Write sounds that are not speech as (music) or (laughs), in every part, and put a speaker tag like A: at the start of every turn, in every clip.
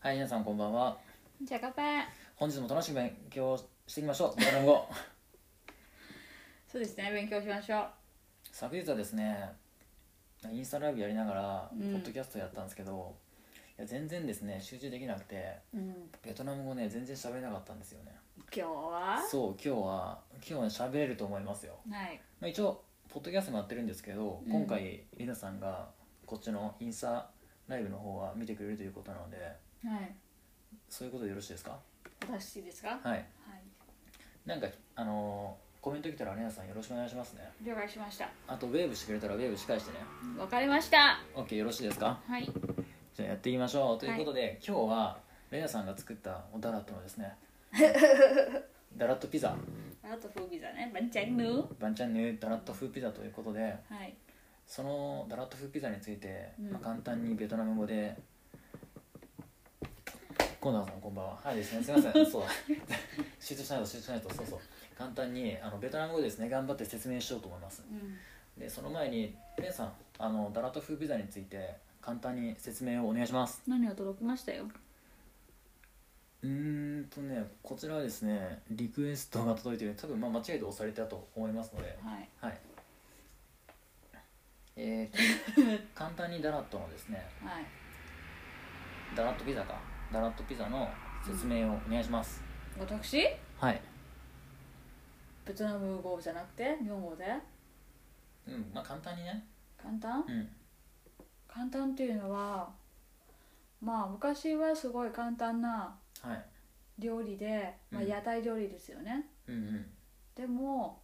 A: はい、皆さんこんばんは。
B: じゃがぱん
A: 本日も楽しく勉強していきましょう。ベトナム
B: (laughs)
A: 語。
B: そうですね勉強しましょう
A: 昨日はですね、インスタライブやりながら、
B: うん
A: ポッドキャストやったんですけど、いや全然ですね、集中できなくて、
B: うん
A: ベトナム語ね、全然喋れなかったんですよね。
B: 今日は
A: そう、今日は、今日は喋れると思いますよ。
B: はい
A: まあ、一応、ポッドキャストもやってるんですけど、
B: うん
A: 今回、りなさんが、こっちのインスタライブの方は見てくれるということなので、
B: はい
A: そういうことでよろしいですか
B: 私ですかは
A: はい。
B: い
A: なんか、あのーコメント来たら、りなさんよろしくお願いしますね。
B: 了解しました
A: あとウェーブしてくれたらウェーブし返してね
B: わかりました
A: OK よろしいですか
B: はい
A: じゃあやっていきましょうということで、今日はレナさんが作ったおだらっとのです
B: (laughs)
A: ねダラッとピザ
B: あと風ビザねバンチャンヌー
A: バンチャンヌダラッと風ピザということで
B: はい
A: そのダラッと風ピザについて、
B: うん
A: まあ、簡単にベトナム語で今度はさんこんばんははいですねすいませ
B: (laughs)
A: んそうだ (laughs) 集中しないと集中しないとそうそう簡単にあのベトナム語でですね頑張って説明しようと思います
B: うん
A: でその前にペンさんあのダラトフビザについて簡単に説明をお願いします
B: 何が届きましたよ
A: うーんとねこちらはですねリクエストが届いてる多分まあ間違えて押されたと思いますので
B: はい
A: はいえー、 (laughs) 簡単にダラットのですね
B: はい
A: ダラットピザかダラットピザの説明をお願いします、
B: 私
A: はい
B: ベトナム語じゃなくて日本語で
A: うんまあ簡単にね
B: 簡単
A: うん
B: 簡単っていうのはまあ昔はすごい簡単な
A: はい
B: 料理で、まあ、
A: うん
B: 屋台料理ですよね、
A: うんうん
B: でも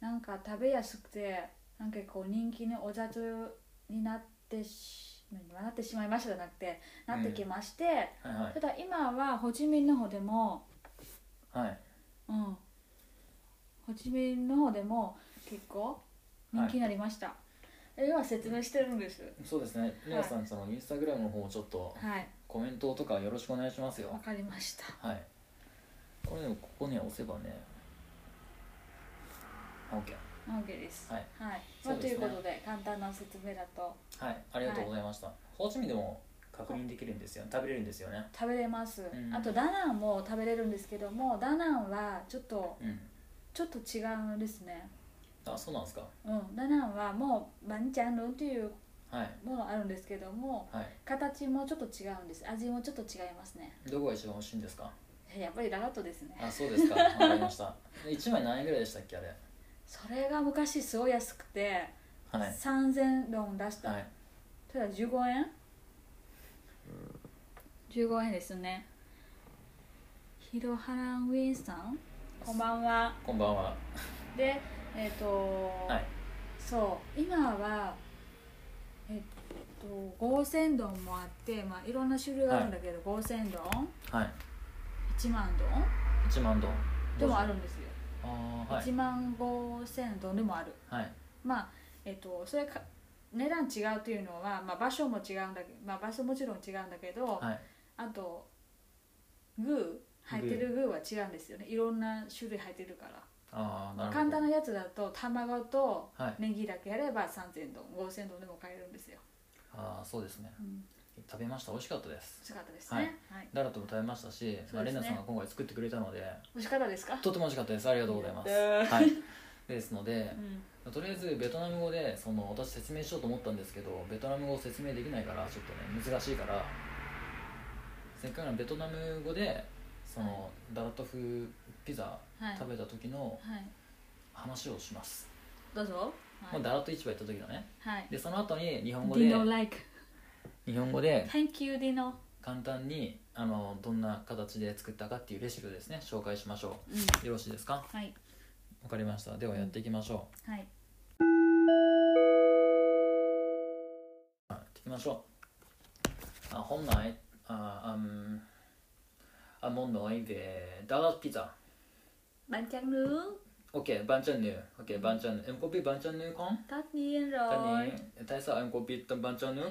B: なんか食べやすくてなんかこう人気のお雑になってしなってしまいましたじゃなくてなってきまして、
A: はいはい
B: ただ今はホジミンの方でも、
A: はい
B: うん、ホジミンの方でも結構人気になりました、え今説明してるんです
A: そうですねレナさん、そのインスタグラムの方をちょっと
B: はい
A: コメントとかよろしくお願いしますよ
B: わかりました
A: はい。これでもここね押せばね。あ OK。
B: OK です
A: はい。
B: はい、
A: そ
B: まあ、
A: う
B: と
A: です
B: い
A: ね
B: うことで簡単な説明だと
A: はい。ありがとうございました。ホーチミンでも確認できるんですよ。食べれるんですよね。
B: 食べれます、
A: うん
B: あとダナンも食べれるんですけどもダナンはちょっと
A: うん。
B: ちょっと違うんですね。
A: あ、そうなんですか。
B: うん、ダナンはもうバンチャンルンという
A: はい。
B: ものあるんですけども
A: はい。
B: 形もちょっと違うんです味もちょっと違いますね
A: どこが一番美味しいんですか。
B: やっぱりラガットですね
A: あ、そうですか。
B: (laughs)
A: わかりました。で一枚何円ぐらいでしたっけあれ。
B: それが昔すごい安くて、
A: はい。
B: 3000ロン出した、
A: はい。
B: ただ15円15円ですねヒロハラン・ウィンさんこんばんは
A: こんばんは。
B: でえっ、と、
A: はい。
B: そう今はえっと合千丼もあって、まあ、いろんな種類があるんだけど、合千丼
A: はい。
B: 1万丼
A: 一万ドン。
B: でもあ
A: る。
B: るんですよ、
A: ああ、はい
B: 1。万5千丼でもある
A: はい。
B: まあえっとそれか値段違うというのは、まあ、場所も違うんだけど、まあ、場所もちろん違うんだけど、
A: はい。
B: あと具入ってる具は違うんですよねいろんな種類入ってるから
A: ああ、なるほど。
B: 簡単なやつだと卵と
A: はい。
B: ネギだけやれば3000丼5000丼でも買えるんですよ、
A: ああ、そうですね。
B: うん
A: 食べました。美味しかったです。
B: 美味しかったですね。はい。
A: ダラットも食べましたし、まあ、
B: そうで
A: レ
B: すね
A: ナさんが今回作ってくれたので
B: 美味しかったですか？
A: とても美味しかったですありがとうございます、
B: やったー
A: はい、ですので
B: うん。
A: とりあえずベトナム語でその私説明しようと思ったんですけどベトナム語を説明できないからちょっとね難しいからせっかくならベトナム語でそのダラット風ピザ
B: はい。
A: 食べた時の
B: はい。
A: 話をします、
B: どうぞ。は
A: もう
B: い。
A: ダラット市場行った時のね
B: はい。
A: でその後に日本語で
B: Dino like.
A: 日本語で
B: Thank you Dino.
A: 簡単にあのどんな形で作ったかっていうレシピをですね紹介しましょ
B: うん。
A: うよろしいですか
B: はい。
A: わかりましたではやっていきましょ
B: はい。
A: う、やっていきましょうあ本来ああんあもうのいでダラピザ
B: Bánh tráng nướng.
A: OK バンチャンヌ OK バンチャンヌエムコピバンチャンヌコン
B: Tất nhiên
A: タ
B: rồi.
A: ニ大佐エムコピタンバンチャンヌ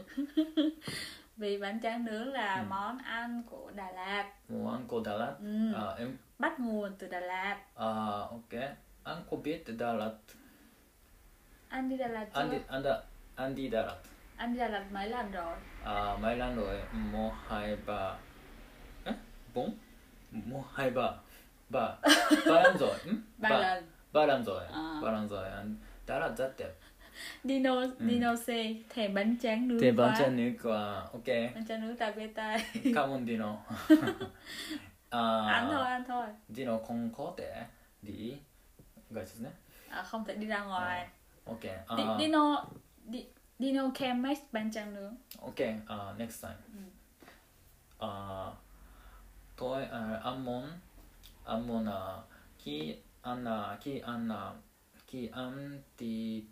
B: Vì bánh tráng nướng là
A: Ừ.
B: món ăn của Đà Lạt.
A: もうアンコダラ
B: Ừ.
A: あエム
B: Bắt nguồn từ Đà Lạt.
A: あ OK アンコビットダラ
B: Ăn đi Đà Lạt
A: アンデ
B: chưa?
A: ィアンダアンディダラ
B: anh ra là mấy lần rồi
A: à mấy lần rồi một hai ba Ế? bốn một hai ba ba ba lần rồi ừ?
B: ba lần
A: ba lần rồi
B: À.
A: ba lần rồi anh đã là rất đẹp
B: Dino
A: Ừ。
B: Dino C thèm bánh tráng nướng
A: thì bạn
B: quá.
A: chân nữ của ok
B: bánh tráng nướng Tabeta
A: cảm ơn Dino
B: ăn thôi
A: à
B: ăn thôi
A: Dino không có thể đi gọi chứ nhé
B: à, không thể đi ra ngoài
A: ok
B: Đi-
A: à,
B: Dino Di- Dino can make bánh tráng nướng
A: ok à, next time à, tôi à, ăn món ăn món à, khi ăn à, khi ăn à, khi ăn thì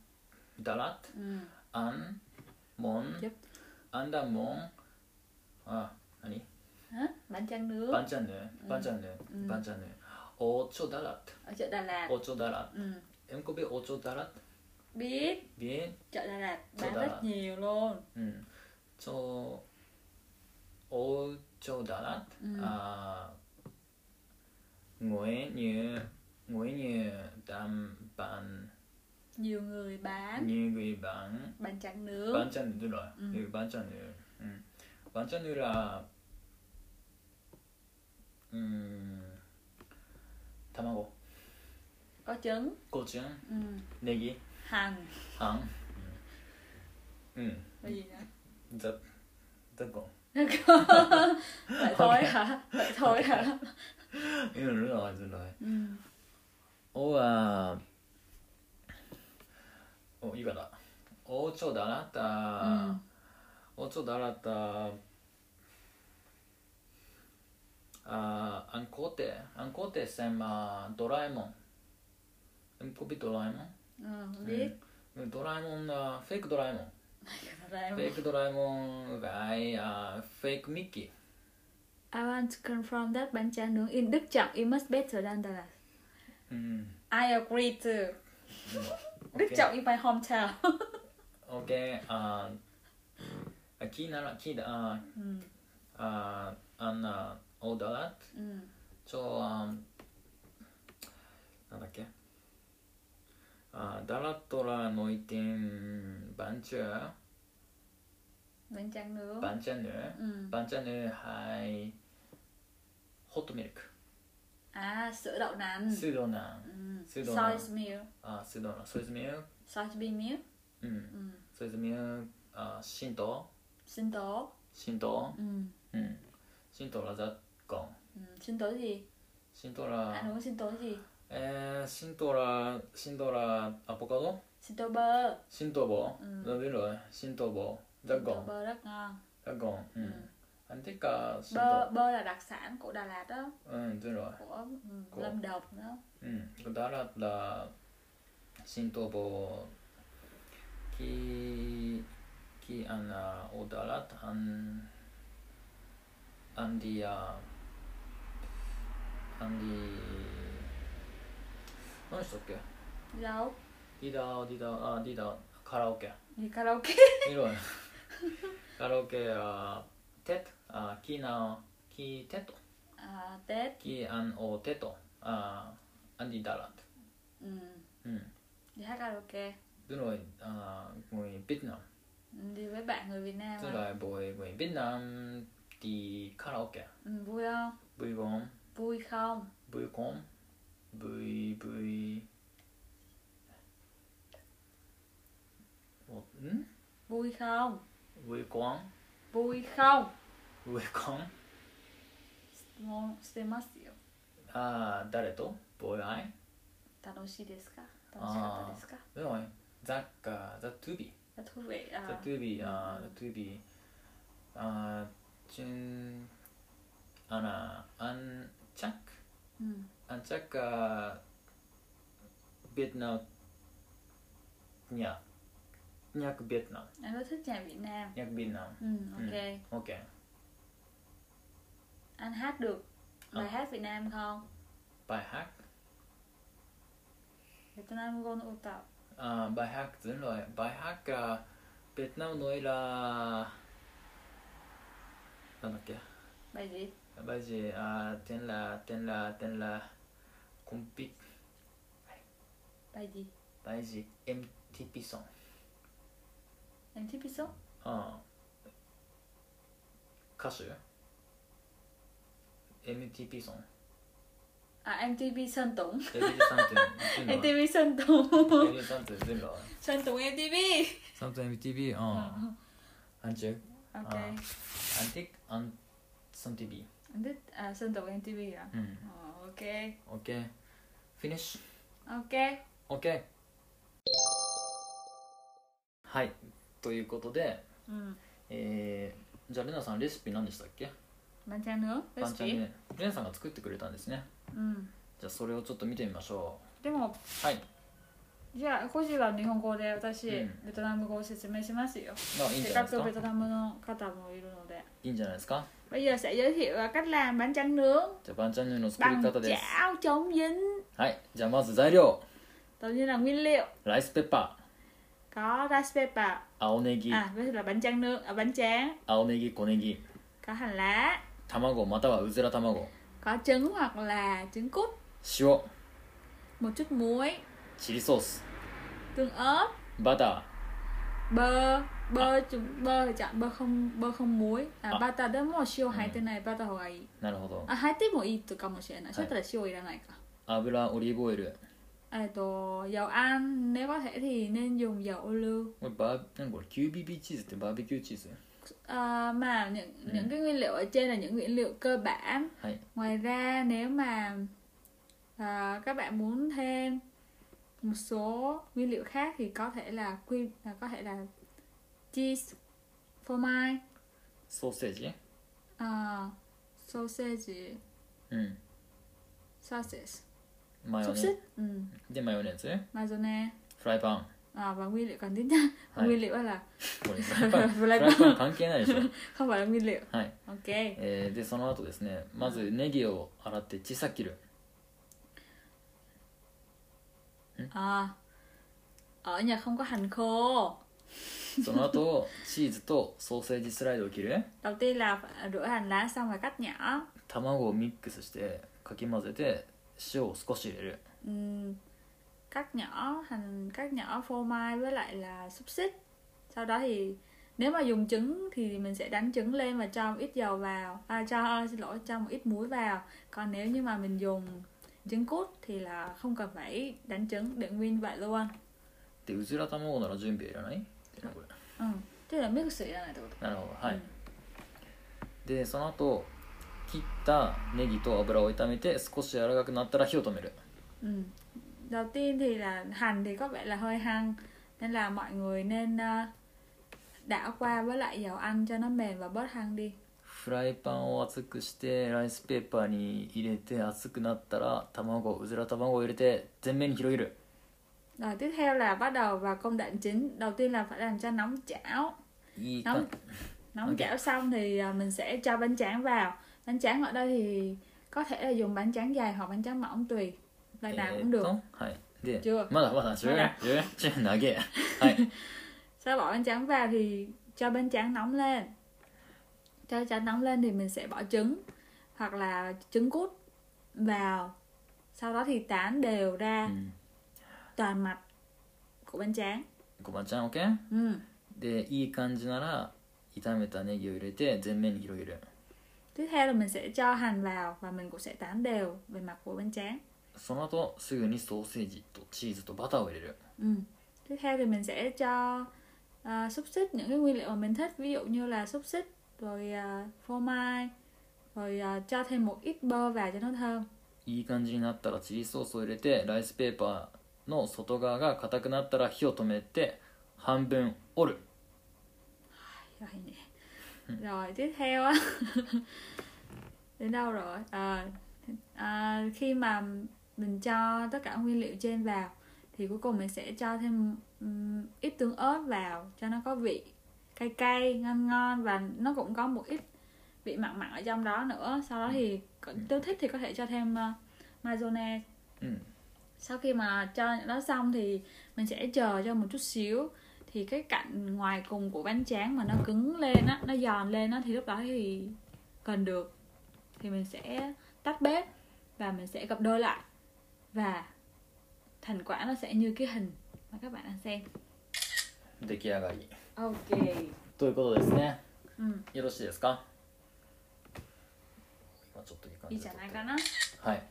A: đà lạt
B: ừ.
A: ăn món
B: Yep.
A: ăn đã món à, 何
B: Hả? bánh tráng nướng
A: バンチャンヌ、バンチャンヌ、バンチャンヌ。オチョダラッ
B: ở chợ Đà Lạt
A: ト、オチョダラ
B: ừ.
A: ット。エムコビオチョダラット、
B: biết
A: ビエ
B: chợ Đà Lạt
A: Chợ
B: bán
A: Đà
B: rất
A: Lạt.
B: nhiều luôn
A: うん。チョ、オチョダラッ
B: Ừ.
A: ト。あー、ゴエニュ、ゴエニュ、ダン、バン、
B: nhiều người bán
A: ニュグイバン、
B: bánh tráng
A: バ
B: nướng
A: ンチャンヌドラ、バンチャンヌ。うん。バンチャンヌラ、うん、卵、
B: có trứng
A: コチュン、
B: ừ.
A: ネギ、
B: hành
A: あんうん、
B: và gì
A: (laughs)
B: nữa
A: うん、ザザコ
B: vậy thôi hả vậy
A: (laughs)
B: thôi hả
A: ンうん、ルナはずない
B: ừ.
A: おわお、いかだおちょだらたおちょだらたああんこてあんこてせんまドラえもんうんこびドラえもん
B: Ừ, biết
A: うんドラえもんだフェイクドラえもん
B: Rồi
A: フ
B: em-
A: ェイクドラえもんがいあフェイクミッキー
B: I want to confirm that bánh tráng nướng in Đức Trọng it much better than Đà Lạt.
A: うん、
B: I agree (laughs) too. Đức
A: OK
B: Trọng in my hometown. (laughs)
A: OK あーあ聞いなら聞いたあー
B: ừ.
A: あーあんなオーダーだ
B: Ừ.
A: ちょあんなんだっけあーダラットラのいてんバンチュー
B: Bánh tráng nướng.
A: バンチャヌ
B: Ừ.
A: バンチャヌはいホットミルク
B: À, sữa đậu nành.
A: スードナ
B: Ừ.
A: sữa đậu nành.
B: Soy milk.
A: あースードナソイズミルク
B: Soy bean milk.
A: うん
B: Ừ.
A: ソイズミルクあーシント
B: Sinh tố.
A: シント
B: Ừ.
A: うんシントラザッコン
B: Ừ. Sinh tố gì?
A: シントラ
B: Ăn uống sinh tố gì?
A: えー、シントラ、シントラ、アボカド
B: Sinh tố bơ.
A: シントボ
B: う
A: うんん。何だシントボザ
B: Sinh
A: ゴ
B: tố
A: ン。
B: bơ rất ngon. Ừ.
A: ザゴン。う
B: うん
A: ん。アンティカ、シン
B: Bơ bơ là đặc sản của Đà Lạt đó,
A: ト。うん、ゼロ。
B: của ừ,
A: Của-
B: Lâm Đồng đó.
A: うん。ダラダ、シントボキ、キアナ、オダラタ、アン、アンディア、アンディ、何したっけ
B: Đi đâu?
A: ディダー、ディダー、あ、ディダー、カラオケ。
B: Đi karaoke.
A: いろいろカラオケはテトあキーナーキーテト
B: À, Tết.
A: キーアンオテトあアンディダラト
B: Ừ.
A: うん
B: Đi hát karaoke. Ừ,
A: ドゥロイあゴイビッナ
B: đi với bạn người Việt
A: ム
B: Nam
A: ド
B: à?
A: ゥロイボイゴイビッナムディカラオケ
B: ừ, vui không
A: ブイゴン
B: vui không
A: ブイコンブイブイおん
B: vui không
A: ブイコン
B: vui không
A: ブイコン
B: もうしてますよ
A: あ誰とボイアイ
B: 楽しいですか楽しかったですか
A: ドゥロイザッカザトゥビ
B: rất thú vị
A: The
B: à
A: Tubi, uh, the Tubi, uh, Jin, à, Anna, Anchak,
B: ừ.
A: Anchak, uh, Vietnam, Nhạc, Nhạc Vietnam,
B: em rất thích nhạc Việt Nam
A: Nhạc Vietnam,
B: ừ, ok
A: ok.
B: anh hát được bài
A: Ờ.
B: hát Việt Nam không
A: Bài hát,
B: Việt Nam ngôn ô tập
A: uh, bài hát dẫn rồi, bài hát uh, Việt Nam nói là, là nó kìa,
B: bài gì
A: bài gì, uh, tên là, tên là, tên là, Compit.
B: bài gì
A: Bài gì? MTP song.
B: em thích biết số
A: ああ歌手 ?MTP ソン
B: あ MTV サントン
A: ?ATV サン
B: (laughs)
A: トゥン
B: MTV サントン
A: ATV サントゥン全部だわ
B: サントン MTV
A: サントゥン MTV うん
B: Ờ.
A: アンチュ
B: (laughs) OK
A: あアンティックアンサン TV
B: であサントン MTV や
A: うん
B: à? Ờ, OK
A: OK フィニッシ
B: OK
A: ュ OK はいということで
B: うん
A: えー、じゃあレナさんレシピ何でしたっけ
B: バンチャンのレ
A: バ
B: シ
A: ンチャン
B: ピ
A: ねレナさんが作ってくれたんですね
B: うん
A: じゃあそれをちょっと見てみましょ
B: でも
A: うはい
B: じゃあコジは日本語で私
A: うん
B: ベトナム語を説明しますよ
A: まあいいん
B: せ
A: じ
B: っ
A: ゃないです
B: かく
A: か
B: ベトナムの方もいるので
A: いいんじゃないですか
B: bây giờ sẽ giới thiệu cách làm bánh tráng nướng
A: じゃあバンチャンヌーの作り
B: bằng
A: 方です
B: chảo chống dính
A: はいじゃあまず材料
B: đầu tiên là nguyên liệu
A: ライスペッパ
B: có rice paper
A: ー青ネギ
B: à với là bánh tráng nướng à, bánh tráng
A: 青ネギ小ネギ
B: có hành lá
A: 卵またはうずら卵
B: có trứng hoặc là trứng cút
A: 塩
B: một chút muối
A: チリソース
B: tương ớt
A: バタ
B: bơ bơ chúng bơ thì chọn bơ không bơ không muối à,
A: À.
B: bata de mo shio hai
A: Ừ.
B: tên này bata hoài
A: ーなるほど
B: à hai tên mo i to kamoshirena
A: Hai.
B: chắc là shio ra này cả
A: 油オリーブオイル
B: à, đồ dầu ăn nếu có thể thì nên dùng dầu ô liu
A: これバー何これ QBB チーズってバーベキューチーズ
B: À, mà những
A: Ừ.
B: những cái nguyên liệu ở trên là những nguyên liệu cơ bản
A: はい
B: ngoài ra nếu mà à, các bạn muốn thêm một số nguyên liệu khác thì có thể là quy là có thể là cheese phô mai
A: ソーセージ
B: à, sausage
A: うん
B: sausage
A: マヨネ
B: sausage ừ,
A: でマヨネーズ
B: mayonnaise
A: フライ
B: (laughs)
A: パン
B: à, và nguyên liệu cần thiết nhất
A: Hay.
B: nguyên liệu là
A: これフライパン
B: フ
A: フ
B: ラ
A: ラ
B: イ
A: イ
B: パン
A: パン関係ないでしょ
B: không phải là nguyên liệu
A: はい
B: ok
A: えーでその後ですねまずネギを洗って小さく切る
B: à, ở nhà không có hành khô
A: その後チーズとソーセージスライドを切る
B: đầu tiên là phải rửa hành lá xong rồi cắt nhỏ
A: 卵をミックスしてかき混ぜて塩を少し入れる
B: Ừm, cắt nhỏ hành cắt nhỏ phô mai với lại là xúc xích sau đó thì nếu mà dùng trứng thì mình sẽ đánh trứng lên và cho một ít dầu vào à cho xin lỗi cho một ít muối vào còn nếu như mà mình dùng trứng cút thì là không cần phải đánh trứng để nguyên vậy luôn
A: でうずら卵なら準備いらないってなこれ
B: ừ thế là mix sữa này được
A: なるほどはい、
B: うん
A: でその後切ったネギと油を炒めて少し柔らかくなったら火を止める
B: ừ. đầu tiên thì là hành thì có vẻ là hơi hăng nên là mọi người nên ờ, đảo qua với lại dầu ăn cho nó mềm và bớt hăng đi
A: フライパンを熱くしてライスペーパーに入れて熱くなったら卵うずら卵を入れて全面に広げる
B: Rồi tiếp theo là bắt đầu vào công đoạn chính Đầu tiên là phải làm cho nóng chảo
A: いいか
B: Nóng nóng
A: Ok.
B: chảo xong thì à, mình sẽ cho bánh tráng vào Bánh tráng ở đây thì có thể là dùng bánh tráng dài hoặc bánh tráng mỏng tùy Loại
A: え
B: nào
A: ー
B: cũng
A: っ
B: được
A: とはいで
B: 10
A: まだまだ
B: ま
A: 10
B: だ
A: 10 10長えはい
B: Sau bỏ bánh tráng vào thì cho bánh tráng nóng lên Cho bánh tráng nóng lên thì mình sẽ bỏ trứng Hoặc là trứng cút vào Sau đó thì tán đều
A: う
B: ra
A: ん
B: toàn mặt của bánh tráng
A: ごまちゃん OK?
B: ừ.
A: でいい感じなら炒めたネギを入れて全面に広げる
B: Tiếp theo là mình sẽ cho hành vào và mình cũng sẽ tán đều về mặt của bánh tráng.
A: その後すぐにソーセージとチーズとバターを入れる
B: Ừ. Tiếp theo thì mình sẽ cho à, xúc xích những cái nguyên liệu mà mình thích, ví dụ như là xúc xích rồi à, phô mai rồi à, cho thêm một ít bơ vào cho nó thơm.
A: いい感じになったらチリソースを入れてライスペーパーの外側が硬くなったら火を止めて半分折る
B: Rồi nhỉ. Rồi tiếp theo á (laughs) đến đâu rồi? À, à, khi mà mình cho tất cả nguyên liệu trên vào thì cuối cùng mình sẽ cho thêm ừm, ít tương ớt vào cho nó có vị cay cay ngon ngon và nó cũng có một ít vị mặn mặn ở trong đó nữa sau đó thì có- nếu thích thì có thể cho thêm uh, mayonnaise
A: うん、
B: sau khi mà cho những đó xong thì mình sẽ chờ cho một chút xíu thì cái cạnh ngoài cùng của bánh tráng mà nó cứng lên á nó giòn lên á thì lúc đó thì cần được thì mình sẽ tắt bếp và mình sẽ gấp đôi lại và thành quả nó sẽ như cái hình mà các bạn đang xem
A: 出来上がり
B: ok
A: ということですね
B: うん
A: よろしいですか今ちょっといい感じ
B: いい
A: で
B: じ
A: 撮
B: ゃ
A: って
B: ないかな
A: はい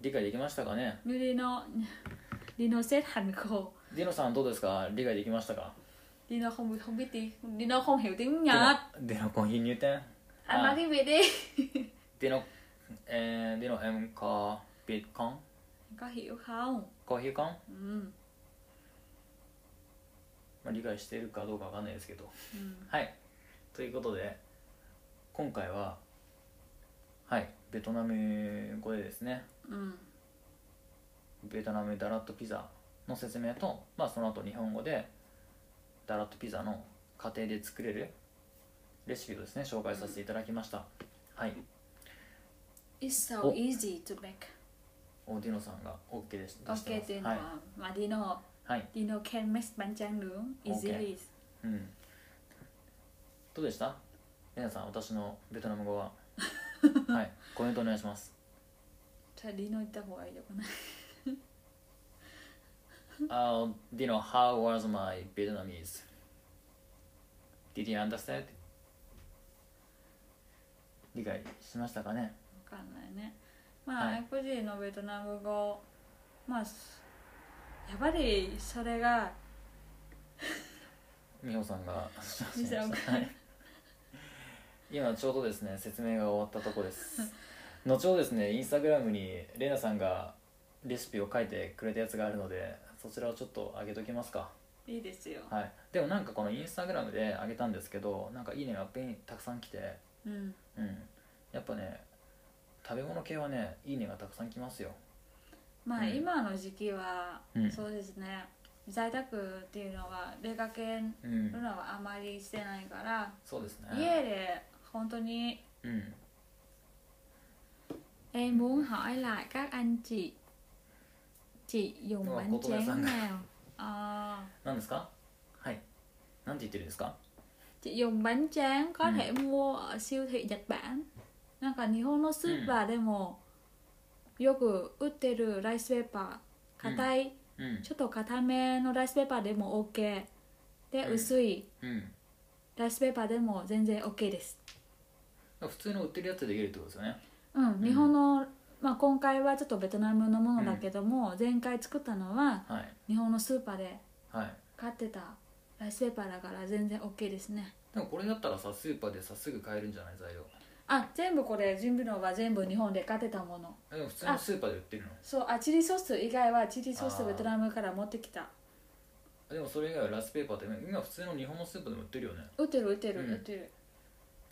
A: 理解できましたかね
B: リノリノ xét hành khổ
A: ディノさんどうですか理解できましたか
B: Dino không không biết tiếng Dino không hiểu tiếng Nhật
A: ディノコーヒー入店
B: anh nói tiếng Việt đi
A: ディノえー、ディノエムカビッカン
B: có hiểu không
A: コーヒー缶、ま
B: ừ.
A: あ、理解しているかどうかわかんないですけど
B: ừ.
A: はいということで今回ははいベトナム語でですね
B: ừ.
A: ベトナムダラットピザの説明と、まあ、その後日本語でダラットピザの家庭で作れるレシピをですね紹介させていただきましたはい
B: It's so
A: Ủa?
B: easy to make
A: オディノさんが OK です出
B: Ok
A: してます
B: thì
A: はい
B: nó mà Dino
A: はい
B: Dino can make bánh tráng nướng easily
A: うんどうでしたレナさん私のベトナム語ははいコメントお願いします
B: Thôi Dino 行った方がいいのか (laughs) な
A: Uh, you know, how was my Vietnamese? Did you understand? 理解しましたかね
B: わかんないねまあ、
A: はい
B: 外国人のベトナム語まあすやっぱりそれが
A: 美穂さんが
B: 美穂さ (laughs) んが
A: (laughs) はい今ちょうどですね説明が終わったとこです後ほどですねインスタグラムにレイナさんがレシピを書いてくれたやつがあるのでそちらをちょっと上げときますか
B: いいですよ、
A: はいでもなんかこのインスタグラムで上げたんですけどなんかいいねがペンたくさん来て
B: うん、
A: うんやっぱね食べ物系はねいいねがたくさん来ますよ
B: まあ、
A: うん
B: 今の時期は、
A: うん
B: そうですね在宅っていうのは出かける
A: うん
B: のはあまりしてないから、
A: そうですね
B: 家で本当に
A: うん
B: em muốn hỏi lại các anh chị chị dùng
A: Ờ,
B: bánh
A: cô có bé
B: tráng
A: răng.
B: nào Ờ,
A: 何ですかはいなんて言ってるんですか
B: chị dùng bánh tráng có
A: Ừ.
B: thể mua ở siêu thị Nhật Bản. なんか日本のスーパーでもよく売ってるライスペーパー、
A: うん
B: 硬い、
A: うん
B: ちょっと硬めのライスペーパーでも OK。で、
A: うん
B: 薄い
A: うん
B: ライスペーパーでも全然 OK です。
A: 普通の売ってるやつでできるってことですよね
B: うん、
A: ん
B: 日本の、まあ今回はちょっとベトナムのものだけども、前回作ったのは
A: はい
B: 日本のスーパーで
A: はい
B: 買ってたライスペーパーだから全然 OK ですね。
A: でもこれだったらさスーパーでさすぐ買えるんじゃない材料
B: あ、全部これ、準備のは全部日本で買ってたもの。
A: えでも普通のスーパーで売ってるの
B: そうあチリソース以外はチリソース
A: あー
B: ベトナムから持ってきた
A: でもそれ以外はラスペーパーって今普通の日本のスーパーでも売ってるよね
B: 売ってる売ってる、
A: うん
B: 売ってる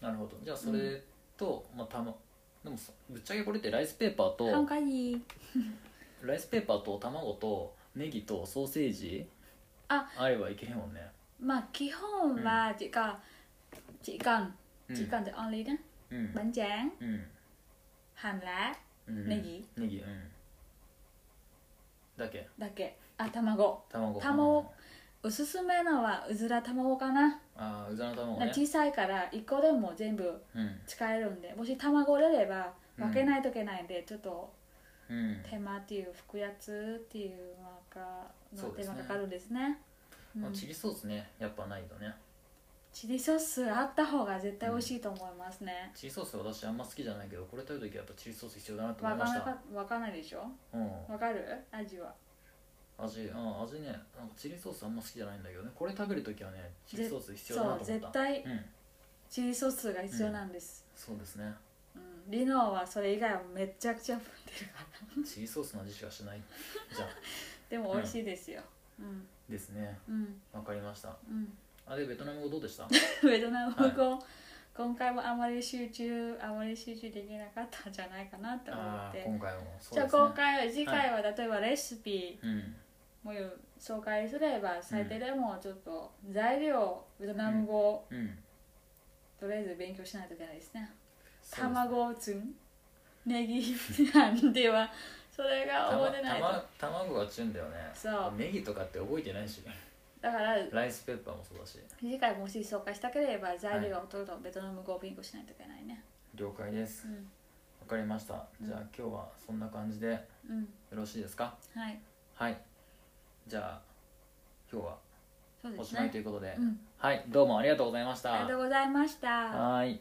A: なるほどじゃあそれと、まあたまでもさぶっちゃけこれってライスペーパー
B: ハン
A: と
B: カイ
A: ライスペーパーと卵とネギとソーセージ
B: あ
A: あればいけへんもんね
B: まあ基本はちか、chỉ cần
A: うん
B: chỉ cần the only ね
A: うん
B: bánh tráng
A: うん、
B: hành lá
A: うん、
B: ネギ
A: ネギうんだけ
B: だけあ卵
A: 卵
B: 卵おすすめのはうずら卵かな、
A: ああうずらの卵
B: な
A: ね
B: 小さいから1個でも全部
A: うん
B: 使えるんでもし卵売れれば
A: うん
B: 分けないといけないんで、ちょっと
A: うん
B: 手間っていう服やつっていうのがの
A: そうで
B: 手
A: す
B: 間
A: ね
B: かかるんですねうん
A: まあチリソースねやっぱないとね
B: チリソースあった方が絶対美味しいと思いますね、
A: チリソース私あんま好きじゃないけどこれ食べる時はやっぱチリソース必要だなと
B: わ
A: 思いま
B: か
A: し
B: な
A: た
B: かわかんないでしょ
A: うん
B: わかる味は
A: 味うん味ねなんかチリソースあんま好きじゃないんだけどねこれ食べる時はねチリソース必要だな
B: そう
A: と思
B: 絶
A: った
B: 対
A: うん
B: チリソースが必要なんです、
A: そうですね
B: うんリノはそれ以外はめちゃくちゃ増えてる
A: (laughs)
B: から
A: チリソースの味しかしないじゃあ (laughs)
B: でも美味しいですようん
A: ですね
B: うん
A: わかりました (laughs)
B: うん、
A: あでベトナム語どうでした
B: ベトナム語、今回もあまり集中あまり集中できなかったんじゃないかなと思
A: あ
B: っ
A: あ
B: て、
A: 今回もそう
B: じゃ
A: で
B: あ
A: すね
B: 今回は次回は例えばレシピ、
A: うん
B: もう紹介すれば最低でもちょっと材料ベトナム語を
A: うん
B: とりあえず勉強しないといけないですね
A: そうですね
B: 卵をつんネギなんてはそれが
A: たま
B: 覚えてないと
A: たま卵がチュンだよね
B: そう
A: ネギとかって覚えてないし
B: だから
A: ライスペッパーもそうだし
B: 次回もし紹介したければ材料をとるとベトナム語を勉強しないといけないね
A: 了解です
B: うん
A: わかりましたじゃあ今日はそんな感じでよ
B: うん
A: ろしいですか
B: はい
A: はいじゃあ今日は
B: そう
A: お
B: です
A: しまい
B: ね
A: ということで、
B: うん
A: はいどうもありがとうございました
B: ありがとうございました
A: はーい